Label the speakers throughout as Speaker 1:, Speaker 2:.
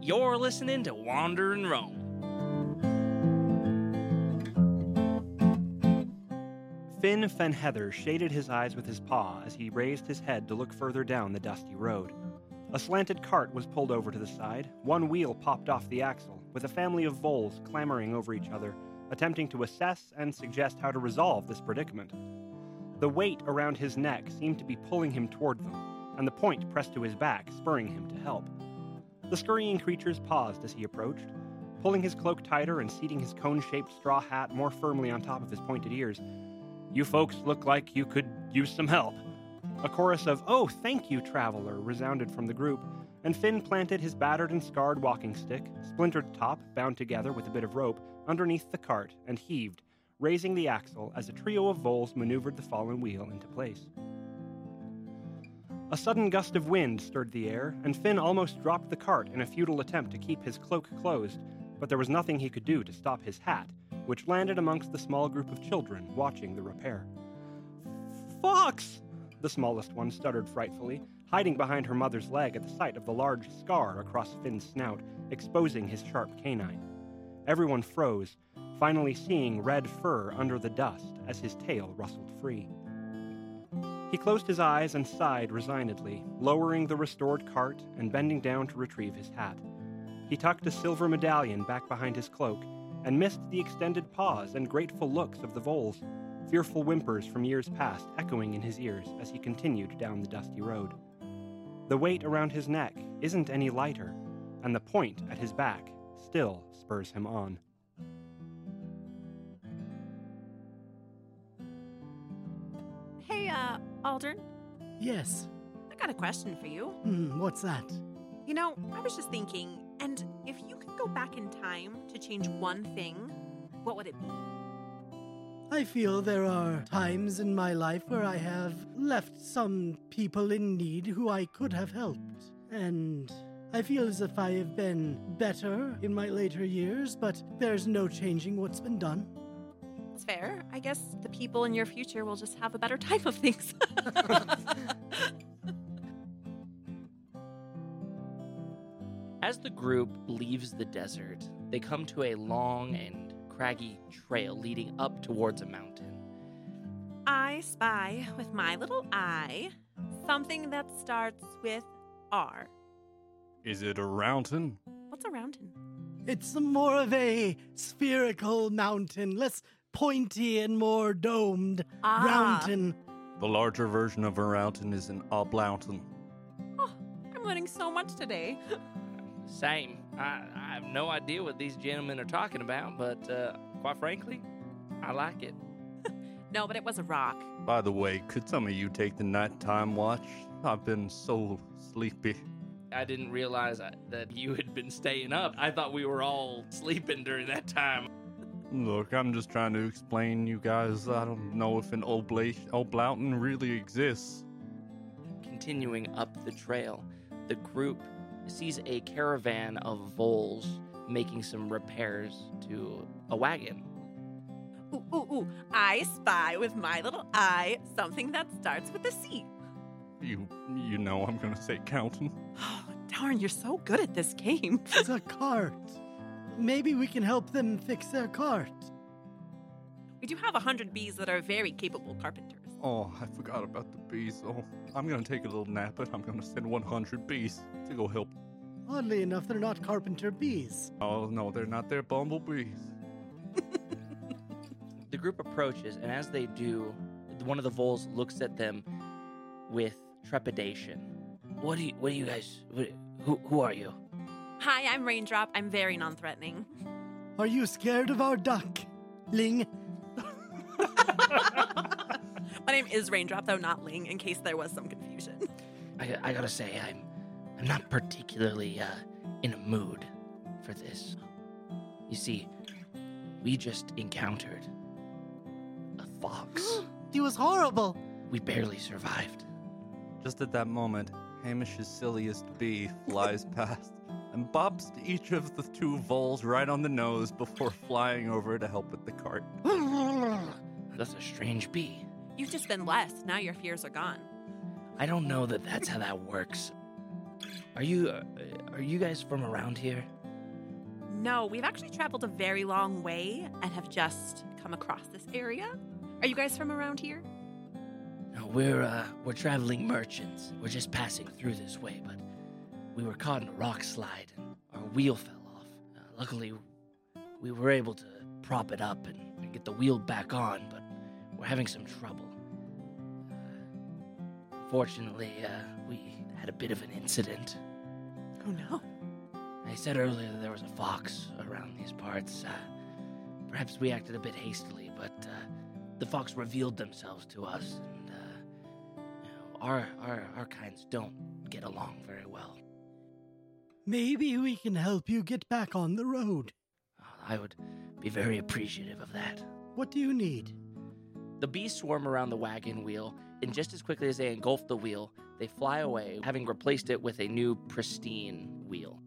Speaker 1: You're listening to Wander and Roam.
Speaker 2: Finn Fenheather shaded his eyes with his paw as he raised his head to look further down the dusty road. A slanted cart was pulled over to the side, one wheel popped off the axle, with a family of voles clamoring over each other, attempting to assess and suggest how to resolve this predicament. The weight around his neck seemed to be pulling him toward them, and the point pressed to his back, spurring him to help. The scurrying creatures paused as he approached. Pulling his cloak tighter and seating his cone shaped straw hat more firmly on top of his pointed ears, you folks look like you could use some help. A chorus of, Oh, thank you, traveler, resounded from the group, and Finn planted his battered and scarred walking stick, splintered top, bound together with a bit of rope, underneath the cart and heaved, raising the axle as a trio of voles maneuvered the fallen wheel into place. A sudden gust of wind stirred the air, and Finn almost dropped the cart in a futile attempt to keep his cloak closed, but there was nothing he could do to stop his hat, which landed amongst the small group of children watching the repair. Fox! The smallest one stuttered frightfully, hiding behind her mother's leg at the sight of the large scar across Finn's snout, exposing his sharp canine. Everyone froze, finally seeing red fur under the dust as his tail rustled free. He closed his eyes and sighed resignedly, lowering the restored cart and bending down to retrieve his hat. He tucked a silver medallion back behind his cloak and missed the extended paws and grateful looks of the voles, fearful whimpers from years past echoing in his ears as he continued down the dusty road. The weight around his neck isn't any lighter, and the point at his back still spurs him on.
Speaker 3: Hey, uh, Aldrin,
Speaker 4: Yes.
Speaker 3: I got a question for you.
Speaker 4: Hmm, what's that?
Speaker 3: You know, I was just thinking, and if you could go back in time to change one thing, what would it be?
Speaker 4: I feel there are times in my life where I have left some people in need who I could have helped. And I feel as if I have been better in my later years, but there's no changing what's been done.
Speaker 3: It's fair. I guess the people in your future will just have a better time of things.
Speaker 1: As the group leaves the desert, they come to a long and craggy trail leading up towards a mountain.
Speaker 3: I spy with my little eye something that starts with R.
Speaker 5: Is it a mountain?
Speaker 3: What's a roundin?
Speaker 4: It's more of a spherical mountain, less pointy and more domed. Mountain.
Speaker 5: The larger version of a mountain is an oblaunton.
Speaker 3: Oh, I'm learning so much today.
Speaker 1: Same. I, I have no idea what these gentlemen are talking about, but uh, quite frankly, I like it.
Speaker 3: No, but it was a rock.
Speaker 5: By the way, could some of you take the nighttime watch? I've been so sleepy.
Speaker 1: I didn't realize I, that you had been staying up. I thought we were all sleeping during that time.
Speaker 5: Look, I'm just trying to explain you guys. I don't know if an obla- oblaunton really exists.
Speaker 1: Continuing up the trail, the group sees a caravan of voles making some repairs to a wagon.
Speaker 3: Ooh, ooh, ooh. I spy with my little eye something that starts with a C.
Speaker 5: You, you know, I'm gonna say counting.
Speaker 3: Oh, darn, you're so good at this game.
Speaker 4: It's a cart. Maybe we can help them fix their cart.
Speaker 3: We do have a hundred bees that are very capable carpenters.
Speaker 5: Oh, I forgot about the bees. Oh, I'm gonna take a little nap and I'm gonna send 100 bees to go help.
Speaker 4: Oddly enough, they're not carpenter bees.
Speaker 5: Oh no, they're not. They're bumblebees.
Speaker 1: The group approaches, and as they do, one of the voles looks at them with trepidation. What do you? What do you guys? What, who? Who are you?
Speaker 3: Hi, I'm Raindrop. I'm very non-threatening.
Speaker 4: Are you scared of our duck? Ling,
Speaker 3: My name is Raindrop, though not Ling, in case there was some confusion.
Speaker 1: I, I gotta say, I'm I'm not particularly uh, in a mood for this. You see, we just encountered a fox.
Speaker 4: he was horrible.
Speaker 1: we barely survived.
Speaker 5: Just at that moment, Hamish's silliest bee flies past and bops each of the two voles right on the nose before flying over to help with the cart.
Speaker 1: That's a strange bee.
Speaker 3: You've just been blessed. Now your fears are gone.
Speaker 1: I don't know that that's how that works. Are you? Uh, Are you guys from around here?
Speaker 3: No, we've actually traveled a very long way and have just come across this area. Are you guys from around here?
Speaker 1: No, we're uh, we're traveling merchants. We're just passing through this way, but we were caught in a rock slide and our wheel fell off. Uh, luckily, we were able to prop it up and, and get the wheel back on, but we're having some trouble. Uh, fortunately, uh, we had a bit of an incident.
Speaker 3: Oh no.
Speaker 1: I said earlier that there was a fox around these parts. Uh, perhaps we acted a bit hastily, but uh, the fox revealed themselves to us, and uh, you know, our, our our kinds don't get along very well.
Speaker 4: Maybe we can help you get back on the road.
Speaker 1: I would be very appreciative of that.
Speaker 4: What do you need?
Speaker 1: The bees swarm around the wagon wheel, and just as quickly as they engulf the wheel, they fly away, having replaced it with a new pristine wheel.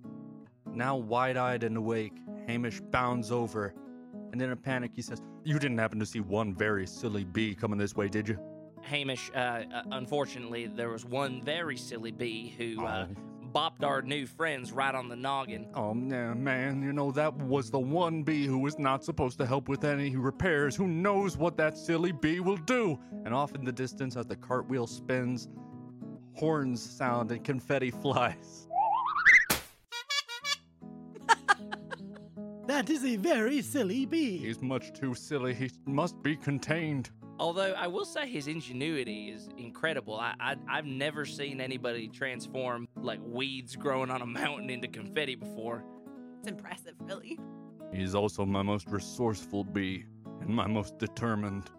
Speaker 5: Now wide eyed and awake, Hamish bounds over. And in a panic, he says, You didn't happen to see one very silly bee coming this way, did you?
Speaker 1: Hamish, uh, uh, unfortunately, there was one very silly bee who uh, bopped our new friends right on the noggin.
Speaker 5: Oh, no, man. You know, that was the one bee who was not supposed to help with any repairs. Who knows what that silly bee will do? And off in the distance, as the cartwheel spins, horns sound and confetti flies.
Speaker 4: That is a very silly bee.
Speaker 5: He's much too silly. He must be contained.
Speaker 1: Although I will say his ingenuity is incredible. I, I I've never seen anybody transform like weeds growing on a mountain into confetti before.
Speaker 3: It's impressive, really.
Speaker 5: He's also my most resourceful bee and my most determined.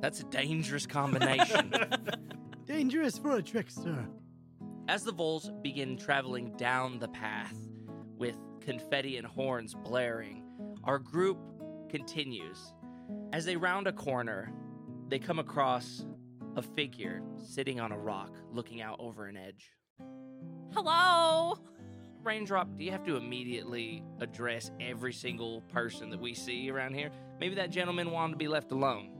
Speaker 1: That's a dangerous combination.
Speaker 4: Dangerous for a trickster.
Speaker 1: As the voles begin traveling down the path with confetti and horns blaring, our group continues. As they round a corner, they come across a figure sitting on a rock looking out over an edge.
Speaker 3: Hello.
Speaker 1: Raindrop, do you have to immediately address every single person that we see around here? Maybe that gentleman wanted to be left alone.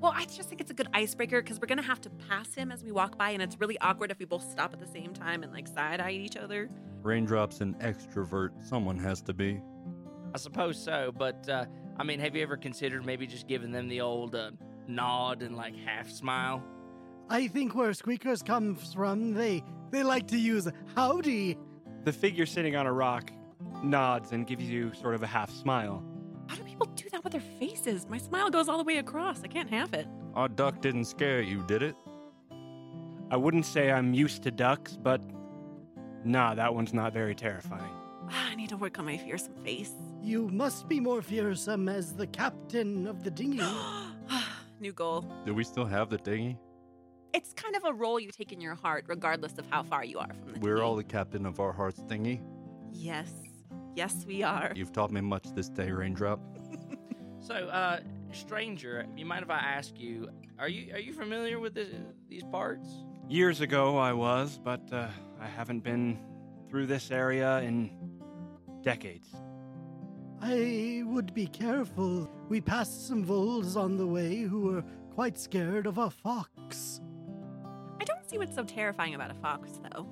Speaker 3: Well, I just think it's a good icebreaker because we're gonna have to pass him as we walk by, and it's really awkward if we both stop at the same time and like side eye each other.
Speaker 5: Raindrops an extrovert. Someone has to be.
Speaker 1: I suppose so, but uh, I mean, have you ever considered maybe just giving them the old uh, nod and like half smile?
Speaker 4: I think where squeakers come from, they they like to use howdy.
Speaker 2: The figure sitting on a rock nods and gives you sort of a half smile.
Speaker 3: How do people do that with their faces? My smile goes all the way across. I can't have it.
Speaker 5: Our duck didn't scare you, did it?
Speaker 2: I wouldn't say I'm used to ducks, but nah, that one's not very terrifying.
Speaker 3: Ah, I need to work on my fearsome face.
Speaker 4: You must be more fearsome as the captain of the dinghy.
Speaker 3: New goal.
Speaker 5: Do we still have the dinghy?
Speaker 3: It's kind of a role you take in your heart, regardless of how far you are from the
Speaker 5: We're
Speaker 3: team.
Speaker 5: all the captain of our hearts thingy.
Speaker 3: Yes. Yes, we are.
Speaker 5: You've taught me much this day, Raindrop.
Speaker 1: So, uh, stranger, you mind if I ask you, are you are you familiar with this, these parts?
Speaker 2: Years ago I was, but uh, I haven't been through this area in decades.
Speaker 4: I would be careful. We passed some voles on the way who were quite scared of a fox.
Speaker 3: I don't see what's so terrifying about a fox, though.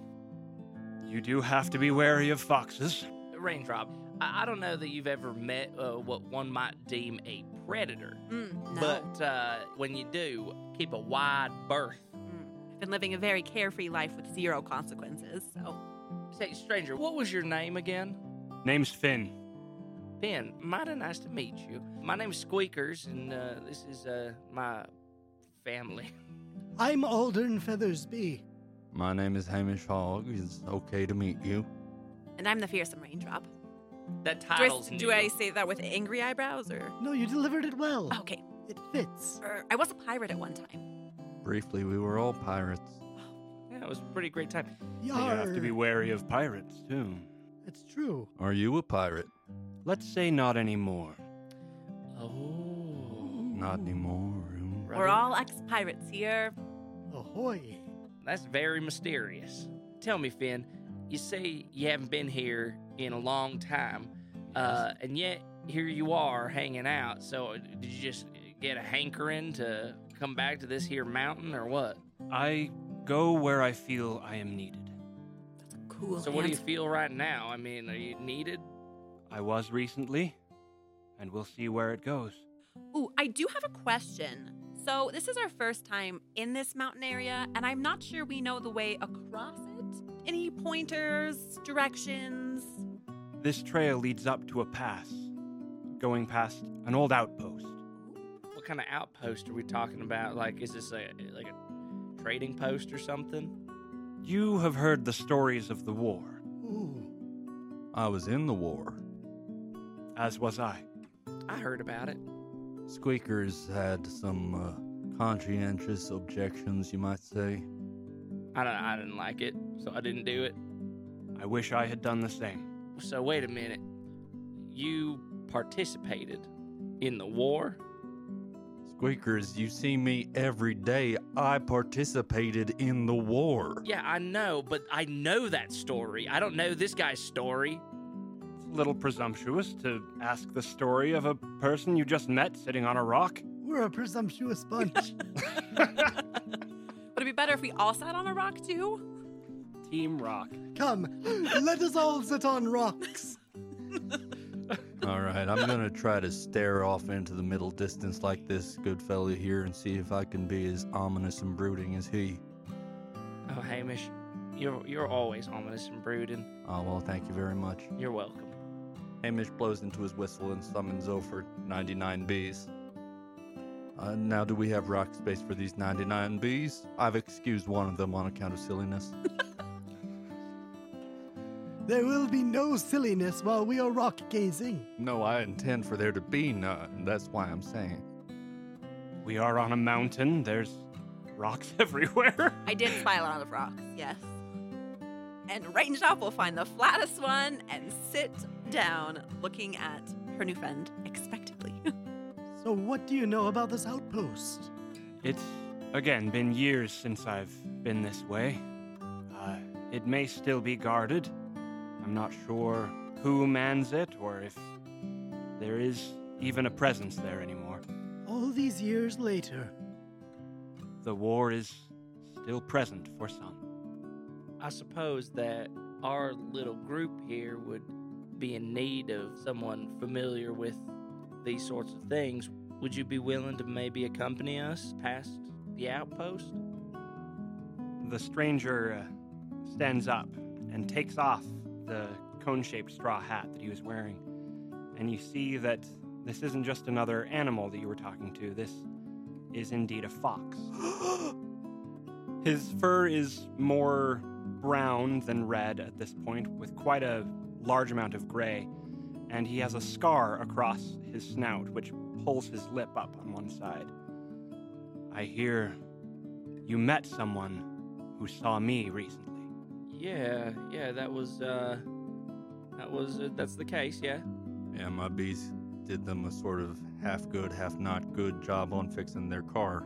Speaker 2: You do have to be wary of foxes.
Speaker 1: Raindrop, I, I don't know that you've ever met uh, what one might deem a predator,
Speaker 3: Mm, no.
Speaker 1: but uh, when you do, keep a wide berth.
Speaker 3: Mm. I've been living a very carefree life with zero consequences, so.
Speaker 1: Say, stranger, what was your name again?
Speaker 2: Name's Finn.
Speaker 1: Ben, mighty nice to meet you. My name's Squeakers, and uh, this is uh, my family.
Speaker 4: I'm Aldern Feathersby.
Speaker 5: My name is Hamish Hogg. It's okay to meet you.
Speaker 3: And I'm the fearsome raindrop.
Speaker 1: That
Speaker 3: Do
Speaker 1: title's
Speaker 3: I, do
Speaker 1: new.
Speaker 3: I say that with angry eyebrows or?
Speaker 4: No, you delivered it well.
Speaker 2: Oh.
Speaker 3: Okay.
Speaker 4: It fits.
Speaker 3: Er, I was a pirate at one time.
Speaker 5: Briefly, we were all pirates.
Speaker 1: Yeah, it was a pretty great time.
Speaker 2: You have to be
Speaker 4: Yarr.
Speaker 2: wary of pirates, too.
Speaker 4: It's true.
Speaker 5: Are you a pirate?
Speaker 2: Let's say not anymore.
Speaker 1: Oh,
Speaker 5: Not anymore.
Speaker 3: We're all ex pirates here.
Speaker 4: Ahoy.
Speaker 1: that's very mysterious. Tell me, Finn, you say you haven't been here in a long time, uh, and yet here you are hanging out. So, uh, did you just get a hankering to come back to this here mountain, or what?
Speaker 2: I go where I feel I am needed.
Speaker 3: That's a who will
Speaker 1: So, what do you
Speaker 3: answer-
Speaker 1: feel right now? I mean, are you needed?
Speaker 2: I was recently, and we'll see where it goes.
Speaker 3: Ooh, I do have a question. So, this is our first time in this mountain area, and I'm not sure we know the way across it. Any pointers, directions?
Speaker 2: This trail leads up to a pass, going past an old outpost.
Speaker 1: What kind of outpost are we talking about? Like, is this a like a trading post or something?
Speaker 2: You have heard the stories of the war,
Speaker 4: Ooh.
Speaker 5: I was in the war.
Speaker 2: as was I.
Speaker 1: I heard about it.
Speaker 5: Squeakers had some uh, conscientious objections, you might say.
Speaker 1: I don't. I didn't like it, so I didn't do it.
Speaker 2: I wish I had done the same.
Speaker 1: So wait a minute. You participated in the war?
Speaker 5: Squeakers, you see me every day. I participated in the war.
Speaker 1: Yeah, I know, but I know that story. I don't know this guy's story.
Speaker 2: It's a little presumptuous to ask the story of a person you just met sitting on a rock.
Speaker 4: We're a presumptuous bunch.
Speaker 3: Would it be better if we all sat on a rock too?
Speaker 2: Team Rock.
Speaker 4: Come, let us all sit on rocks.
Speaker 5: All right, I'm gonna try to stare off into the middle distance like this good fella here and see if I can be as ominous and brooding as he.
Speaker 1: Oh, Hamish, you're you're always ominous and brooding.
Speaker 5: Oh, well, thank you very much.
Speaker 1: You're welcome.
Speaker 5: Hamish blows into his whistle and summons over 99 bees. Uh, now, do we have rock space for these 99 bees? I've excused one of them on account of silliness.
Speaker 4: There will be no silliness while we are rock gazing.
Speaker 5: no, I intend for there to be none. That's why I'm saying.
Speaker 2: We are on a mountain. There's rocks everywhere.
Speaker 3: I did spy a lot of rocks, yes. And ranged up, we'll find the flattest one and sit down looking at her new friend expectantly.
Speaker 4: So, what do you know about this outpost?
Speaker 2: It's, again, been years since I've been this way. Uh, it may still be guarded. I'm not sure who mans it or if there is even a presence there anymore.
Speaker 4: All these years later,
Speaker 2: The war is still present for some.
Speaker 1: I suppose that our little group here would be in need of someone familiar with these sorts of things. Would you be willing to maybe accompany us past the outpost?
Speaker 2: The stranger uh, stands up and takes off the cone shaped straw hat that he was wearing. And you see that this isn't just another animal that you were talking to, this is indeed a fox. His fur is more brown than red at this point, with quite a large amount of gray, and he has a scar across his snout, which pulls his lip up on one side. I hear you met someone who saw me recently.
Speaker 1: Yeah, yeah, that was, uh, that was, uh, that's the case, yeah.
Speaker 5: Yeah, my bees did them a sort of half good, half not good job on fixing their car.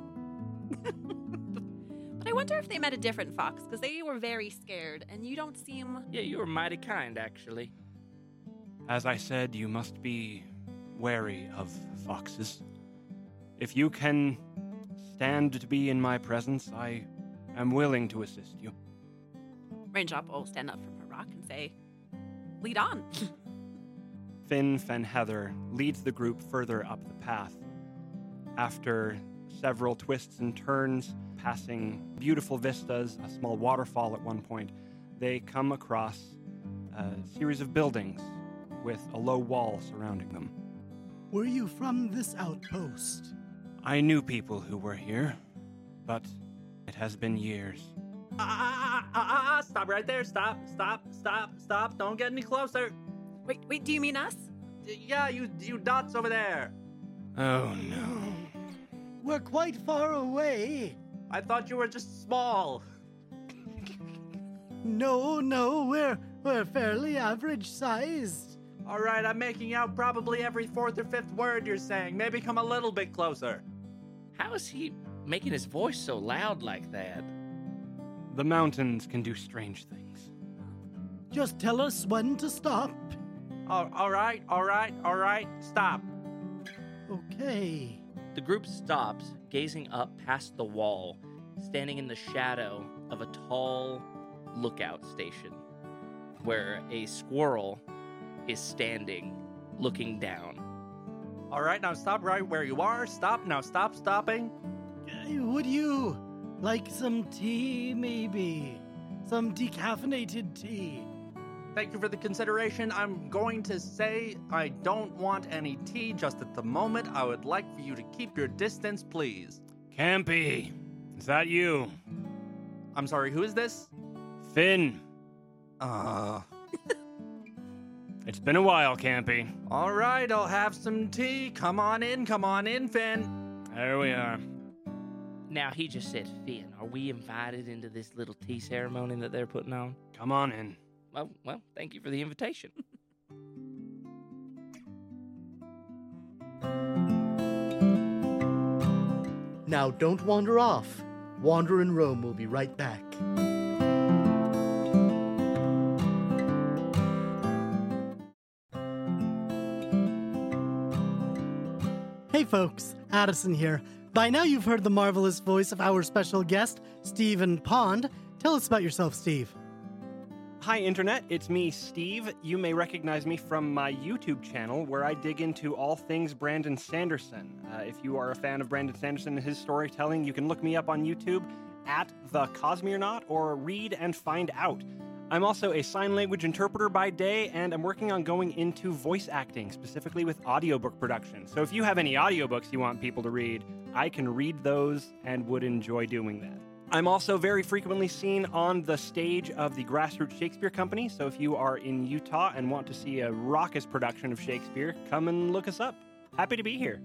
Speaker 3: But I wonder if they met a different fox because they were very scared and you don't seem.
Speaker 1: Yeah, you were mighty kind, actually.
Speaker 2: As I said, you must be wary of foxes. If you can stand to be in my presence, I am willing to assist you.
Speaker 3: Range up will stand up from her rock and say, lead on.
Speaker 2: Finn Fenheather leads the group further up the path. After several twists and turns, passing beautiful vistas, a small waterfall at one point, they come across a series of buildings with a low wall surrounding them.
Speaker 4: were you from this outpost?
Speaker 2: I knew people who were here, but it has been years.
Speaker 6: Ah, ah, ah, ah, ah, stop right there. Stop, stop, stop, stop. Don't get any closer.
Speaker 3: wait, wait, do you mean us?
Speaker 6: Y- Yeah, you you dots over there.
Speaker 2: Oh no.
Speaker 4: We're quite far away.
Speaker 6: I thought you were just small.
Speaker 4: No, no, we're we're fairly average sized.
Speaker 6: All right, I'm making out probably every fourth or fifth word you're saying. Maybe come a little bit closer.
Speaker 1: How is he making his voice so loud like that?
Speaker 2: The mountains can do strange things.
Speaker 4: Just tell us when to stop.
Speaker 6: All, all right, all right, all right. Stop.
Speaker 4: Okay.
Speaker 1: The group stops, gazing up past the wall, standing in the shadow of a tall lookout station. where a squirrel is standing looking down.
Speaker 6: All right, now stop right where you are. Stop now. Stop stopping.
Speaker 4: Uh, Would you like some tea, maybe? Some decaffeinated tea?
Speaker 6: Thank you for the consideration. I'm going to say I don't want any tea just at the moment. I would like for you to keep your distance, please.
Speaker 2: Campy, is that you?
Speaker 6: I'm sorry, who is this?
Speaker 2: Finn,
Speaker 6: Uh,
Speaker 2: it's been a while, Campy.
Speaker 6: all right, I'll have some tea. Come on in, come on in, Finn.
Speaker 2: There we are.
Speaker 1: Now he just said, Finn, are we invited into this little tea ceremony that they're putting on?
Speaker 2: Come on in.
Speaker 1: Well, well, thank you for the invitation.
Speaker 7: Now don't wander off. Wander in Rome will be right back.
Speaker 4: Hey folks, Addison here. By now you've heard the marvelous voice of our special guest, Stephen Pond. Tell us about yourself, Steve.
Speaker 2: Hi, Internet. It's me, Steve. You may recognize me from my YouTube channel where I dig into all things Brandon Sanderson. Uh, if you are a fan of Brandon Sanderson and his storytelling, you can look me up on YouTube at The Cosmonaut or read and find out. I'm also a sign language interpreter by day, and I'm working on going into voice acting, specifically with audiobook production. So if you have any audiobooks you want people to read, I can read those and would enjoy doing that. I'm also very frequently seen on the stage of the Grassroots Shakespeare Company, so if you are in Utah and want to see a raucous production of Shakespeare, come and look us up. Happy to be here.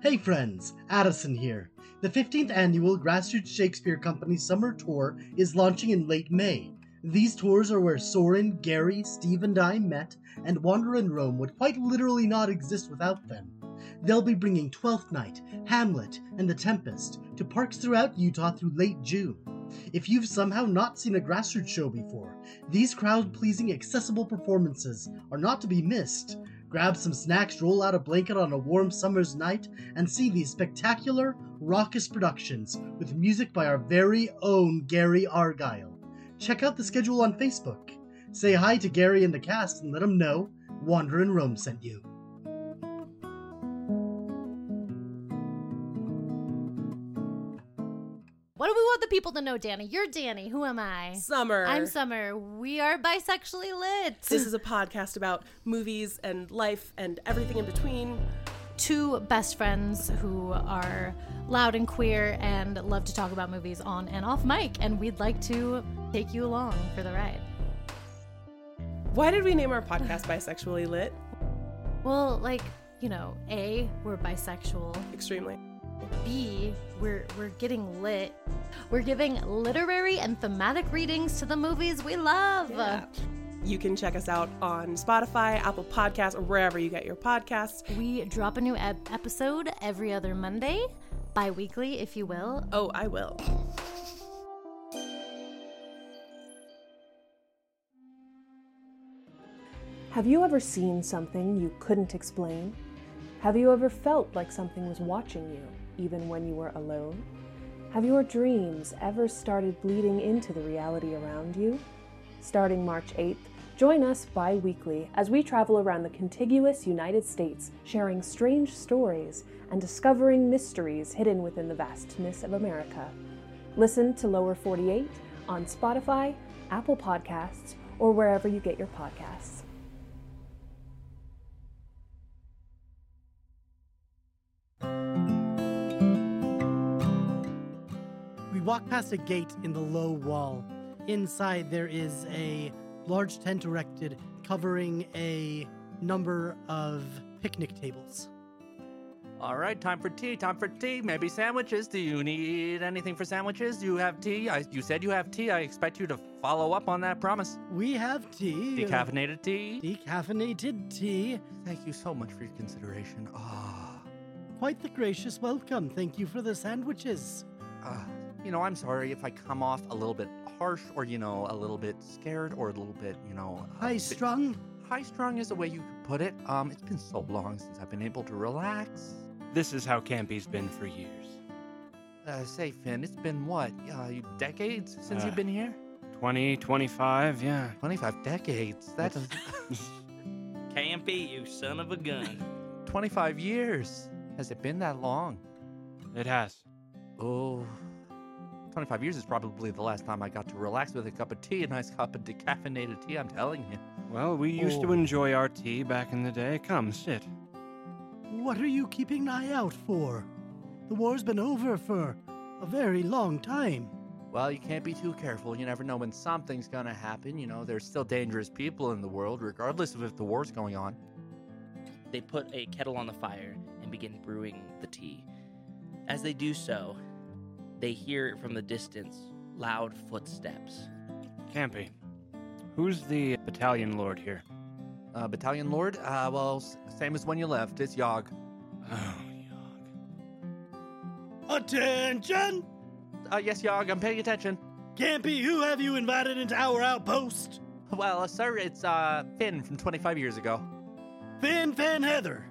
Speaker 7: Hey friends, Addison here. The 15th annual Grassroots Shakespeare Company Summer Tour is launching in late May. These tours are where Soren, Gary, Steve, and I met, and Wander in Rome would quite literally not exist without them. They'll be bringing Twelfth Night, Hamlet, and The Tempest to parks throughout Utah through late June. If you've somehow not seen a grassroots show before, these crowd pleasing, accessible performances are not to be missed. Grab some snacks, roll out a blanket on a warm summer's night, and see these spectacular, raucous productions with music by our very own Gary Argyle. Check out the schedule on Facebook. Say hi to Gary and the cast and let them know Wander in Rome sent you.
Speaker 8: What do we want the people to know, Danny? You're Danny. Who am I?
Speaker 9: Summer.
Speaker 8: I'm Summer. We are bisexually lit.
Speaker 9: This is a podcast about movies and life and everything in between.
Speaker 8: two best friends who are loud and queer and love to talk about movies on and off mic, and we'd like to take you along for the ride.
Speaker 9: Why did we name our podcast Bisexually Lit?
Speaker 8: Well, like, you know, A, we're bisexual.
Speaker 9: Extremely.
Speaker 8: B, we're we're getting lit. We're giving literary and thematic readings to the movies we love.
Speaker 9: You can check us out on Spotify, Apple Podcasts, or wherever you get your podcasts.
Speaker 8: We drop a new ep- episode every other Monday, bi weekly, if you will.
Speaker 9: Oh, I will.
Speaker 10: Have you ever seen something you couldn't explain? Have you ever felt like something was watching you, even when you were alone? Have your dreams ever started bleeding into the reality around you? Starting March 8th, join us bi weekly as we travel around the contiguous United States, sharing strange stories and discovering mysteries hidden within the vastness of America. Listen to Lower 48 on Spotify, Apple Podcasts, or wherever you get your podcasts.
Speaker 4: We walk past a gate in the low wall. Inside, there is a large tent erected covering a number of picnic tables.
Speaker 6: All right, time for tea. Time for tea. Maybe sandwiches. Do you need anything for sandwiches? Do you have tea? I, you said you have tea. I expect you to follow up on that promise.
Speaker 4: We have tea. uh,
Speaker 6: Decaffeinated tea.
Speaker 4: Decaffeinated tea.
Speaker 6: Thank you so much for your consideration. Ah,
Speaker 4: Quite the gracious welcome. Thank you for the sandwiches.
Speaker 6: ah. you know, I'm sorry if I come off a little bit harsh, or you know, a little bit scared, or a little bit, you know, a
Speaker 4: High
Speaker 6: bit
Speaker 4: strung.
Speaker 6: high strung is a way you could put it. Um, it's been so long since I've been able to relax.
Speaker 2: This is how Campy's been for years.
Speaker 6: Uh, say, Finn, it's been what? Uh, you- decades since
Speaker 2: Uh,
Speaker 6: you've been here?
Speaker 2: 20, 25, yeah.
Speaker 6: 25 decades. That's
Speaker 1: Campy, you son of a gun.
Speaker 6: 25 years. Has it been that long?
Speaker 2: It has.
Speaker 6: Oh, 25 years is probably the last time I got to relax with a cup of tea, a nice cup of decaffeinated tea, I'm telling you.
Speaker 2: Well, we used to
Speaker 6: Oh.
Speaker 2: enjoy our tea back in the day. Come, sit.
Speaker 4: What are you keeping an eye out for? The war's been over for a very long time.
Speaker 6: Well, you can't be too careful. You never know when something's gonna happen. You know, there's still dangerous people in the world, regardless of if the war's going on.
Speaker 1: They put a kettle on the fire and begin brewing the tea. As they do so, they hear from the distance loud footsteps.
Speaker 2: Campy, who's the battalion lord here?
Speaker 6: Uh,
Speaker 4: Mm-hmm.
Speaker 6: Battalion Lord, uh, well, s- same as when you left. It's Yogg.
Speaker 2: Oh,
Speaker 4: Attention!
Speaker 6: Uh, yes, Yogg, I'm paying attention.
Speaker 4: Campy, who have you invited into our outpost?
Speaker 6: Well, uh, sir, it's uh, Finn from 25 years ago.
Speaker 4: Finn Fan Heather,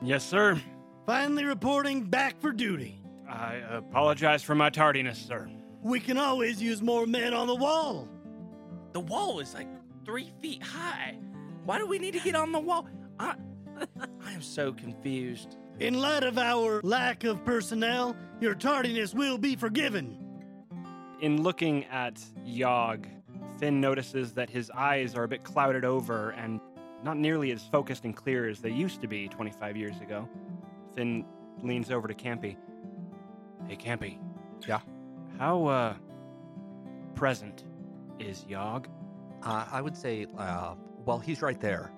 Speaker 2: yes, sir.
Speaker 4: finally reporting back for duty.
Speaker 2: I apologize for my tardiness, sir.
Speaker 4: We can always use more men on the wall.
Speaker 1: The wall is like three feet high. Why do we need to get on the wall? I, I am so confused.
Speaker 4: In light of our lack of personnel, your tardiness will be forgiven.
Speaker 2: In looking at Yogg, Finn notices that his eyes are a bit clouded over and not nearly as focused and clear as they used to be 25 years ago. Finn leans over to Campy. Hey, Campy.
Speaker 6: Yeah?
Speaker 2: How, uh, present is Yogg?
Speaker 6: Uh, I would say, uh, well, he's right there.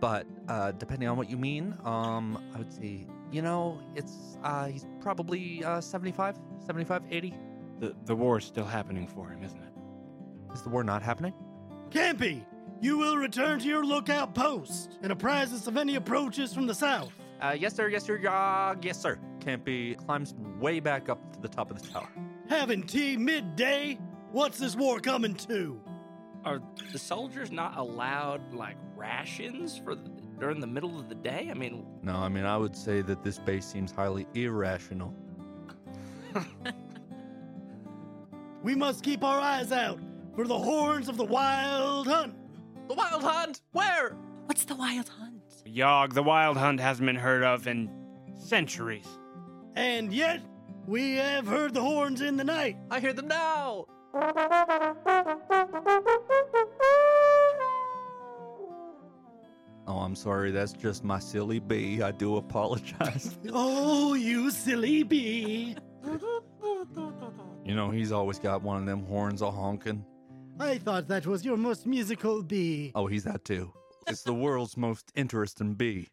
Speaker 6: But uh, depending on what you mean, um, I would say, you know, it's uh, he's probably uh, 75, 75, 80.
Speaker 2: The, the war's still happening for him, isn't it?
Speaker 6: Is the war not happening?
Speaker 4: Campy, you will return to your lookout post and apprise us of any approaches from the south.
Speaker 6: Uh, yes, sir. Yes, sir. Yog. Yes, sir. Campy climbs way back up to the top of the tower.
Speaker 4: Having tea midday? What's this war coming to?
Speaker 1: Are the soldiers not allowed like rations for the, during the middle of the day? I mean,
Speaker 5: No, I mean, I would say that this base seems highly irrational.
Speaker 4: We must keep our eyes out for the horns of the wild hunt.
Speaker 6: The wild hunt. Where?
Speaker 3: What's the wild hunt?
Speaker 2: Yogg, the Wild Hunt hasn't been heard of in centuries.
Speaker 4: And yet, we have heard the horns in the night.
Speaker 6: I hear them now.
Speaker 5: Oh, I'm sorry. That's just my silly bee. I do apologize.
Speaker 4: Oh, you silly bee.
Speaker 5: you know, he's always got one of them horns a honking.
Speaker 4: I thought that was your most musical bee.
Speaker 5: Oh, he's that too. It's the world's most interesting bee.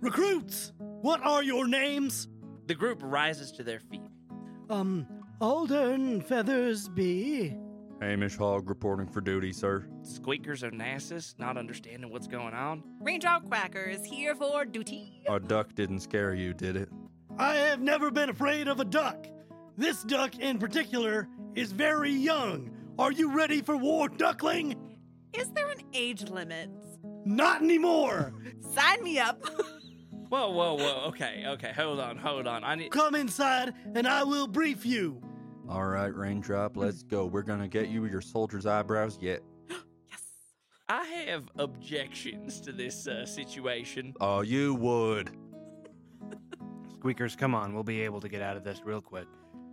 Speaker 4: Recruits, what are your names?
Speaker 1: the group rises to their feet.
Speaker 4: Um, Aldern Feathersby.
Speaker 5: Hamish Hogg reporting for duty, sir.
Speaker 1: Squeakers Onassis, not understanding what's going on.
Speaker 3: Raindrop Quackers here for duty.
Speaker 5: Our duck didn't scare you, did it?
Speaker 4: I have never been afraid of a duck. This duck in particular is very young. Are you ready for war, duckling?
Speaker 3: Is there an age limit?
Speaker 4: Not anymore.
Speaker 3: Sign me up.
Speaker 1: Whoa, whoa, whoa. Okay, okay. Hold on, hold on. I need.
Speaker 4: Come inside and I will brief you.
Speaker 5: All right, Raindrop, let's go. We're gonna get you your soldier's eyebrows yet.
Speaker 3: yes.
Speaker 1: I have objections to this uh, situation.
Speaker 5: Oh, you would.
Speaker 2: Squeakers, come on, we'll be able to get out of this real quick.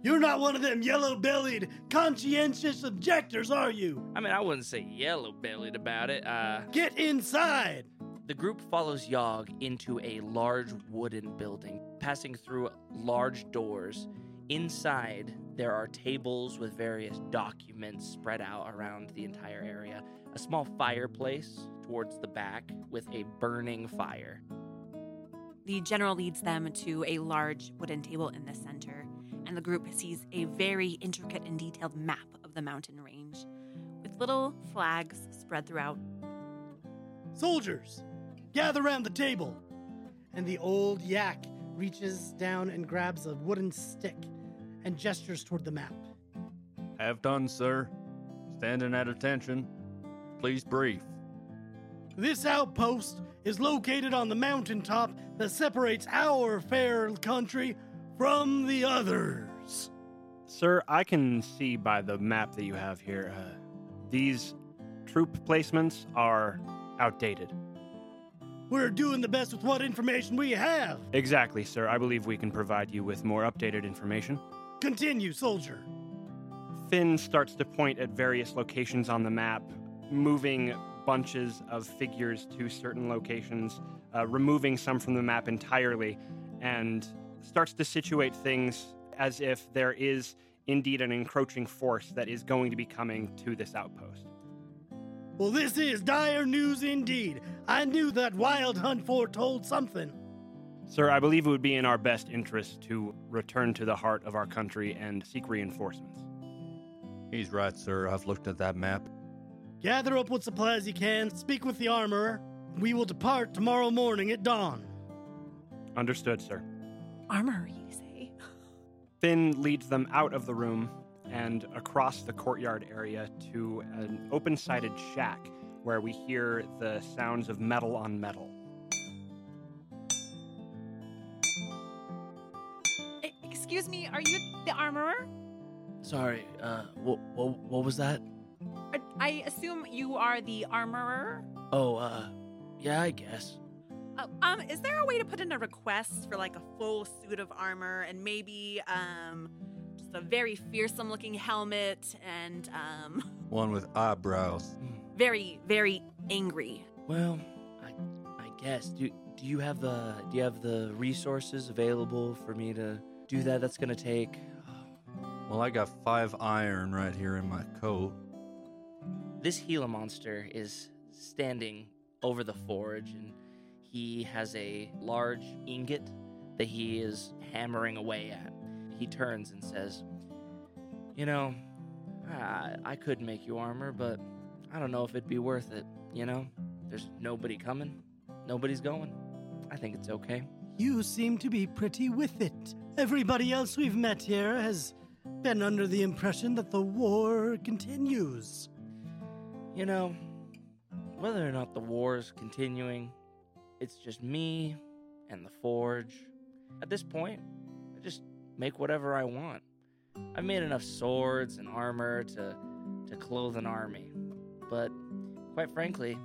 Speaker 4: You're not one of them yellow bellied, conscientious objectors, are you?
Speaker 1: I mean, I wouldn't say yellow bellied about it. Uh,
Speaker 4: Get inside.
Speaker 1: The group follows Yogg into a large wooden building, passing through large doors. Inside, there are tables with various documents spread out around the entire area, a small fireplace towards the back with a burning fire.
Speaker 3: The general leads them to a large wooden table in the center, and the group sees a very intricate and detailed map of the mountain range with little flags spread throughout.
Speaker 4: Soldiers, gather round the table. And the old yak reaches down and grabs a wooden stick and gestures toward the map.
Speaker 5: Have done, sir. Standing at attention. Please brief.
Speaker 4: This outpost is located on the mountaintop that separates our fair country from the others.
Speaker 2: Sir, I can see by the map that you have here, uh, these troop placements are outdated.
Speaker 4: We're doing the best with what information we have.
Speaker 2: Exactly, sir. I believe we can provide you with more updated information.
Speaker 4: Continue, soldier.
Speaker 2: Finn starts to point at various locations on the map, moving bunches of figures to certain locations, uh, removing some from the map entirely, and starts to situate things as if there is indeed an encroaching force that is going to be coming to this outpost.
Speaker 4: Well, this is dire news indeed. I knew that wild hunt foretold something.
Speaker 2: Sir, I believe it would be in our best interest to return to the heart of our country and seek reinforcements.
Speaker 5: He's right, sir. I've looked at that map.
Speaker 4: Gather up what supplies you can, speak with the armorer. We will depart tomorrow morning at dawn.
Speaker 2: Understood, sir.
Speaker 3: Armor, you say?
Speaker 2: Finn leads them out of the room and across the courtyard area to an open sided shack where we hear the sounds of metal on metal.
Speaker 3: E- Excuse me, are you the armorer?
Speaker 1: Sorry, uh, what, what, what was that?
Speaker 3: I- I assume you are the armorer.
Speaker 1: Oh, uh, yeah, I guess.
Speaker 3: Uh, um, is there a way to put in a request for like a full suit of armor and maybe um, just a very fearsome looking helmet and um,
Speaker 5: One with eyebrows.
Speaker 3: very very angry?
Speaker 1: Well, I, I guess. Do, do you have the do you have the resources available for me to do that? That's gonna take.
Speaker 5: Well, I got five iron right here in my coat.
Speaker 1: This Gila monster is standing over the forge, and he has a large ingot that he is hammering away at. He turns and says, "You know, I, I could make you armor, but I don't know if it'd be worth it. You know, there's nobody coming, nobody's going. I think it's okay."
Speaker 4: You seem to be pretty with it. Everybody else we've met here has been under the impression that the war continues.
Speaker 1: You know, whether or not the war is continuing, it's just me and the forge. At this point, I just make whatever I want. I've made enough swords and armor to to clothe an army. But quite frankly,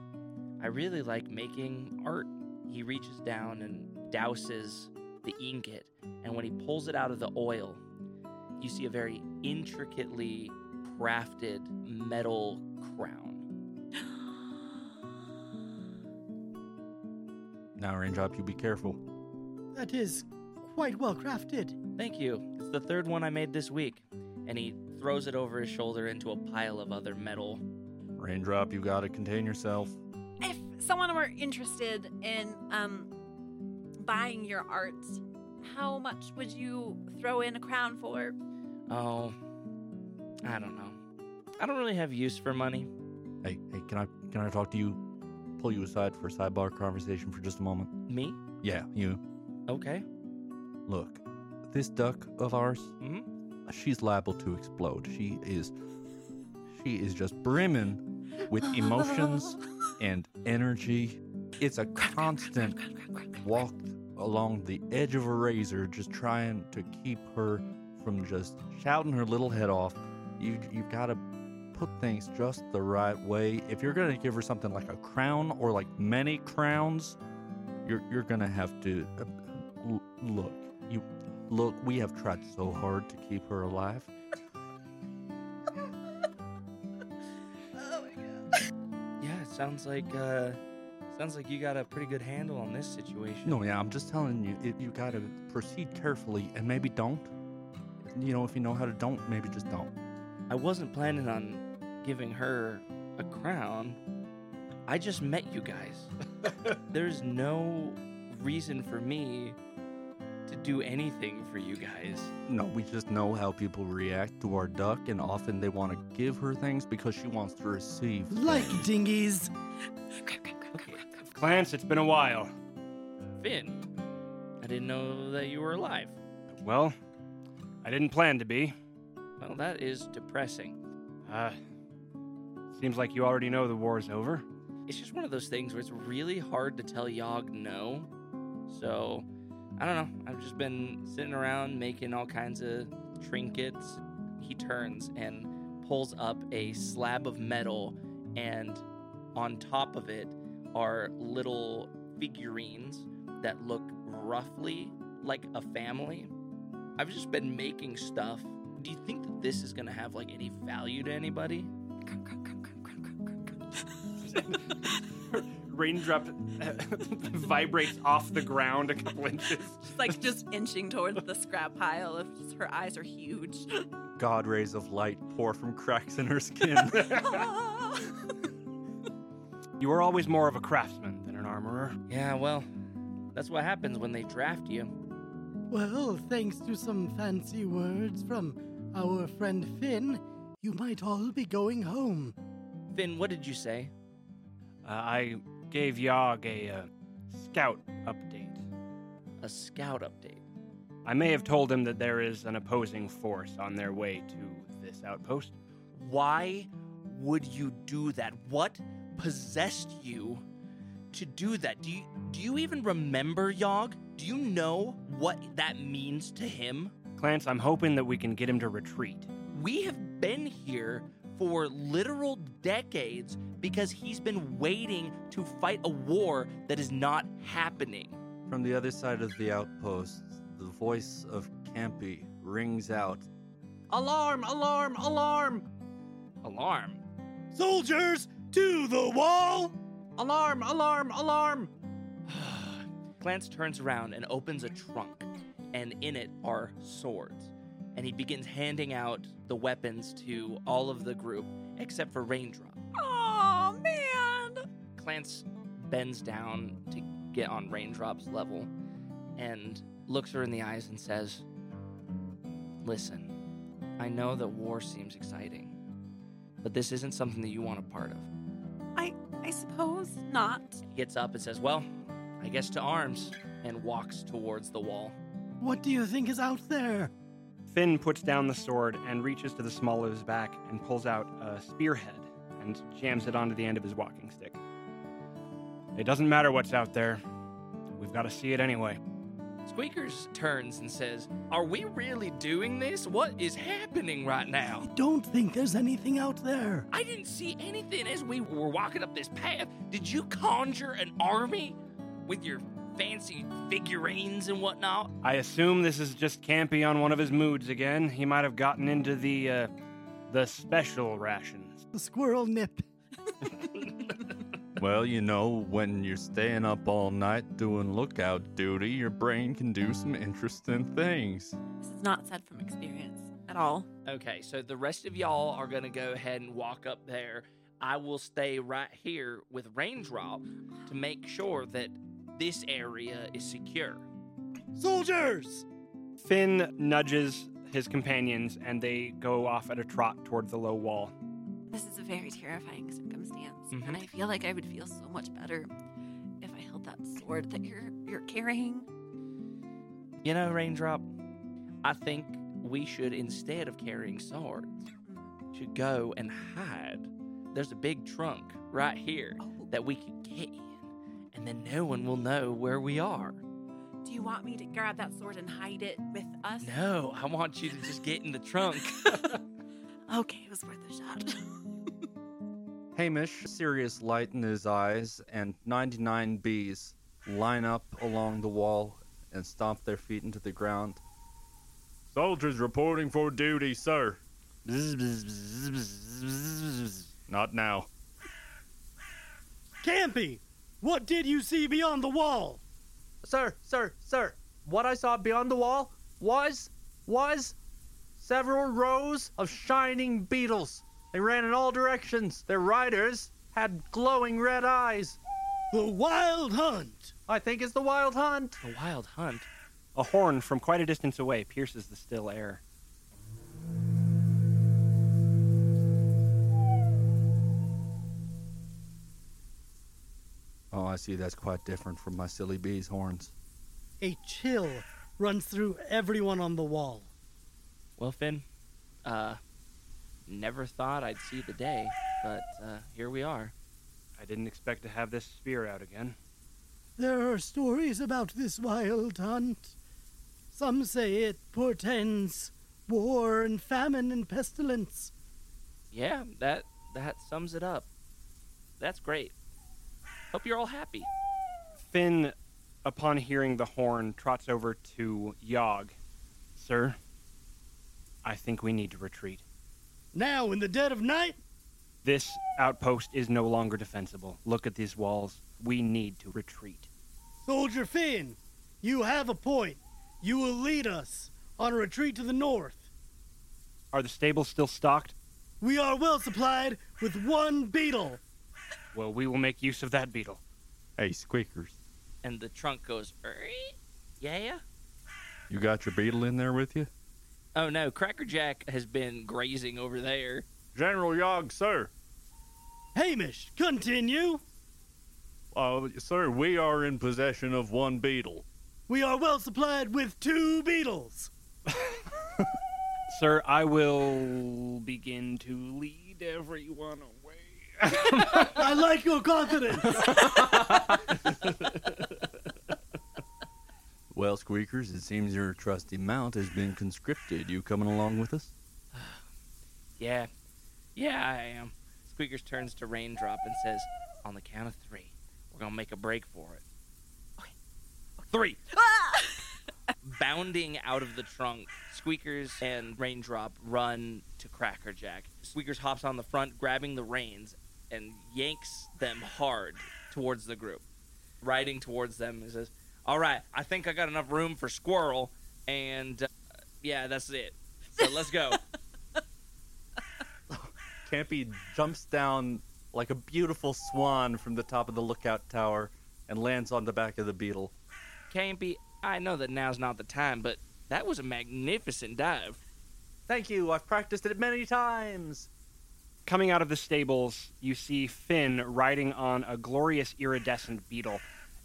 Speaker 1: I really like making art. He reaches down and douses the ingot, and when he pulls it out of the oil, you see a very intricately crafted metal crown.
Speaker 5: Now, Raindrop, you be careful.
Speaker 4: That is quite well crafted.
Speaker 1: Thank you. It's the third one I made this week. And he throws it over his shoulder into a pile of other metal.
Speaker 5: Raindrop, you gotta contain yourself.
Speaker 3: If someone were interested in um, buying your art, how much would you throw in a crown for?
Speaker 1: Oh, I don't know. I don't really have use for money.
Speaker 5: Hey, hey, can I can I talk to you? Pull you aside for a sidebar conversation for just a moment.
Speaker 1: Me?
Speaker 5: Yeah, you.
Speaker 1: Okay.
Speaker 5: Look, this duck of ours,
Speaker 1: Mhm.
Speaker 5: she's liable to explode. She is, she is just brimming with emotions and energy. It's a constant walked along the edge of a razor, just trying to keep her from just shouting her little head off. You you gotta put things just the right way. If you're gonna give her something like a crown or like many crowns, you're you're gonna have to uh, l- look. You look. We have tried so hard to keep her alive.
Speaker 1: Yeah, it sounds like uh sounds like you got a pretty good handle on this situation.
Speaker 5: No, yeah, I'm just telling you, it, you gotta proceed carefully and maybe don't. You know, if you know how to don't, maybe just don't.
Speaker 1: I wasn't planning on giving her a crown. I just met you guys. There's no reason for me to do anything for you guys.
Speaker 5: No, we just know how people react to our duck, and often they want to give her things because she wants to receive.
Speaker 4: Like dinghies.
Speaker 2: Clance, it's been a while.
Speaker 1: Finn, I didn't know that you were alive.
Speaker 2: Well, I didn't plan to be.
Speaker 1: Well, that is depressing.
Speaker 2: Uh, seems like you already know the war's over.
Speaker 1: it's just one of those things where it's really hard to tell Yogg no. So I don't know. I've just been sitting around making all kinds of trinkets. He turns and pulls up a slab of metal, and on top of it are little figurines that look roughly like a family. I've just been making stuff. Do you think that this is going to have like any value to anybody?
Speaker 2: Raindrop vibrates off the ground a couple inches.
Speaker 3: She's like just inching towards the scrap pile. If just her eyes are huge.
Speaker 6: God rays of light pour from cracks in her skin.
Speaker 2: You were always more of a craftsman than an armorer.
Speaker 1: Yeah, well, that's what happens when they draft you.
Speaker 4: Well, thanks to some fancy words from our friend Finn, you might all be going home.
Speaker 1: Finn, what did you say?
Speaker 2: Uh, I gave Yogg a uh, scout update.
Speaker 1: A scout update.
Speaker 2: I may have told him that there is an opposing force on their way to this outpost.
Speaker 1: Why would you do that? What possessed you to do that? Do you do you even remember Yogg? Do you know what that means to him?
Speaker 2: Clance, I'm hoping that we can get him to retreat.
Speaker 1: We have been here for literal decades because he's been waiting to fight a war that is not happening.
Speaker 6: From the other side of the outpost, the voice of Campy rings out Alarm! Alarm! Alarm!
Speaker 1: Alarm.
Speaker 6: Soldiers to the wall! Alarm! Alarm! Alarm!
Speaker 1: Clance turns around and opens a trunk, and in it are swords. And he begins handing out the weapons to all of the group except for Raindrop.
Speaker 3: oh man!
Speaker 1: Clance bends down to get on Raindrop's level and looks her in the eyes and says, Listen, I know that war seems exciting, but this isn't something that you want a part of.
Speaker 3: I I suppose not.
Speaker 1: He gets up and says, Well, I guess to arms, and walks towards the wall.
Speaker 4: What do you think is out there?
Speaker 2: Finn puts down the sword and reaches to the small of his back and pulls out a spearhead and jams it onto the end of his walking stick. It doesn't matter what's out there. We've got to see it anyway.
Speaker 1: Squeakers turns and says, Are we really doing this? What is happening right
Speaker 4: I
Speaker 1: now?
Speaker 4: don't think there's anything out there.
Speaker 1: I didn't see anything as we were walking up this path. Did you conjure an army with your fancy figurines and whatnot?
Speaker 2: I assume this is just Campy on one of his moods again. He might have gotten into the uh, the special rations.
Speaker 4: The squirrel nip.
Speaker 5: Well, you know, when you're staying up all night doing lookout duty, your brain can do some interesting things.
Speaker 3: This is not said from experience at all.
Speaker 1: Okay, so the rest of y'all are going to go ahead and walk up there. I will stay right here with Raindrop to make sure that this area is secure.
Speaker 4: Soldiers!
Speaker 2: Finn nudges his companions and they go off at a trot toward the low wall.
Speaker 3: This is a very terrifying circumstance,
Speaker 1: Mhm.
Speaker 3: and I feel like I would feel so much better if I held that sword that you're you're carrying.
Speaker 1: You know, Raindrop, I think we should, instead of carrying swords, should go and hide. There's a big trunk right here
Speaker 3: Oh,
Speaker 1: that we could get in, and then no one will know where we are.
Speaker 3: do you want me to grab that sword and hide it with us?
Speaker 1: No, I want you to just get in the trunk.
Speaker 3: Okay, it was worth a shot.
Speaker 6: Hamish, serious light in his eyes, and 99 bees line up along the wall and stomp their feet into the ground.
Speaker 5: Soldiers reporting for duty, sir. Not now.
Speaker 4: Campy! What did you see beyond the wall?
Speaker 6: Sir, sir, sir, what I saw beyond the wall was, was several rows of shining beetles. They ran in all directions. Their riders had glowing red eyes.
Speaker 4: The wild hunt!
Speaker 6: I think it's the wild hunt.
Speaker 1: a wild hunt.
Speaker 2: A horn from quite a distance away pierces the still air.
Speaker 6: Oh, I see. That's quite different from my silly bees' horns.
Speaker 4: A chill runs through everyone on the wall.
Speaker 1: Well, Finn, uh, never thought I'd see the day, but uh, here we are.
Speaker 2: I didn't expect to have this spear out again.
Speaker 4: There are stories about this wild hunt. Some say it portends war and famine and pestilence.
Speaker 1: Yeah, that that sums it up. That's great. Hope you're all happy.
Speaker 2: Finn, upon hearing the horn, trots over to Yog. Sir, I think we need to retreat.
Speaker 4: Now, in the dead of night,
Speaker 2: This outpost is no longer defensible. Look at these walls. We need to retreat.
Speaker 4: Soldier Finn, you have a point. You will lead us on a retreat to the north.
Speaker 2: Are the stables still stocked?
Speaker 4: We are well supplied with one beetle.
Speaker 2: Well, we will make use of that beetle.
Speaker 11: Hey, squeakers,
Speaker 1: And the trunk goes, "Eree? yeah.
Speaker 11: you got your beetle in there with you?
Speaker 1: Oh no, Cracker Jack has been grazing over there.
Speaker 11: General Yog, sir.
Speaker 4: Hamish, continue.
Speaker 11: Uh, sir, we are in possession of one beetle.
Speaker 4: We are well supplied with two beetles.
Speaker 2: Sir, I will begin to lead everyone away.
Speaker 4: I like your confidence.
Speaker 11: Well, Squeakers, it seems your trusty mount has been conscripted. You coming along with us?
Speaker 1: Yeah. Yeah, I am. Squeakers turns to Raindrop and says, On the count of three, we're going to make a break for it. Okay. Ah! Three. Bounding out of the trunk, Squeakers and Raindrop run to Cracker Jack. Squeakers hops on the front, grabbing the reins, and yanks them hard towards the group. Riding towards them and says, All right, I think I got enough room for Squirrel, and uh, yeah, that's it. So let's go.
Speaker 5: Campy jumps down like a beautiful swan from the top of the lookout tower and lands on the back of the beetle.
Speaker 1: KMP, I know that now's not the time, but that was a magnificent dive.
Speaker 5: Thank you. I've practiced it many times.
Speaker 2: Coming out of the stables, you see Finn riding on a glorious iridescent beetle,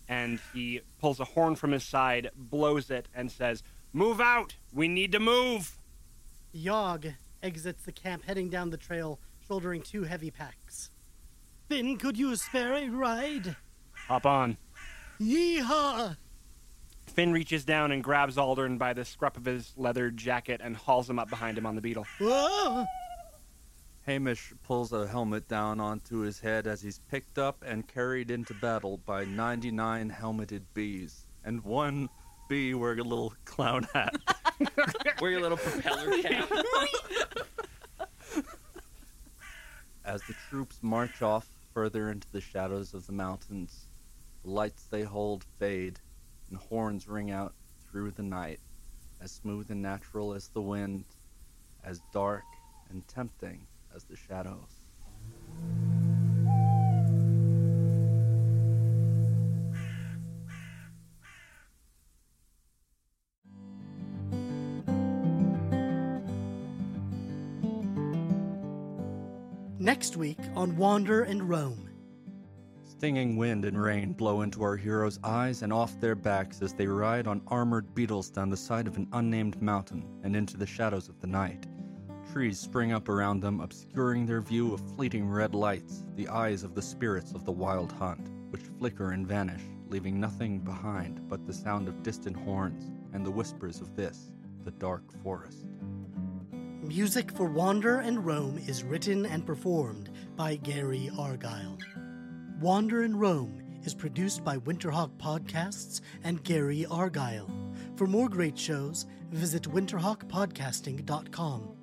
Speaker 2: and he pulls a horn from his side, blows it, and says, Move out! We need to move!
Speaker 4: Yog exits the camp, heading down the trail, shouldering two heavy packs. Finn, could you spare a ride?
Speaker 2: Hop on.
Speaker 4: Yeehaw!
Speaker 2: Finn reaches down and grabs Aldern by the scruff of his leather jacket and hauls him up behind him on the beetle.
Speaker 4: Whoa!
Speaker 5: Hamish pulls a helmet down onto his head as he's picked up and carried into battle by 99 helmeted bees and one bee wearing a little clown hat.
Speaker 1: Wear your little propeller cap.
Speaker 5: As the troops march off further into the shadows of the mountains, the lights they hold fade, and horns ring out through the night, as smooth and natural as the wind, as dark and tempting as the shadows.
Speaker 4: Next week on Wander and Roam.
Speaker 5: Stinging wind and rain blow into our heroes' eyes and off their backs as they ride on armored beetles down the side of an unnamed mountain and into the shadows of the night. Trees spring up around them, obscuring their view of fleeting red lights, the eyes of the spirits of the wild hunt, which flicker and vanish, leaving nothing behind but the sound of distant horns and the whispers of this, the dark forest.
Speaker 4: Music for Wander and Roam is written and performed by Gary Argyle. Wander and Roam is produced by Winterhawk Podcasts and Gary Argyle. For more great shows, visit winterhawkpodcasting.com.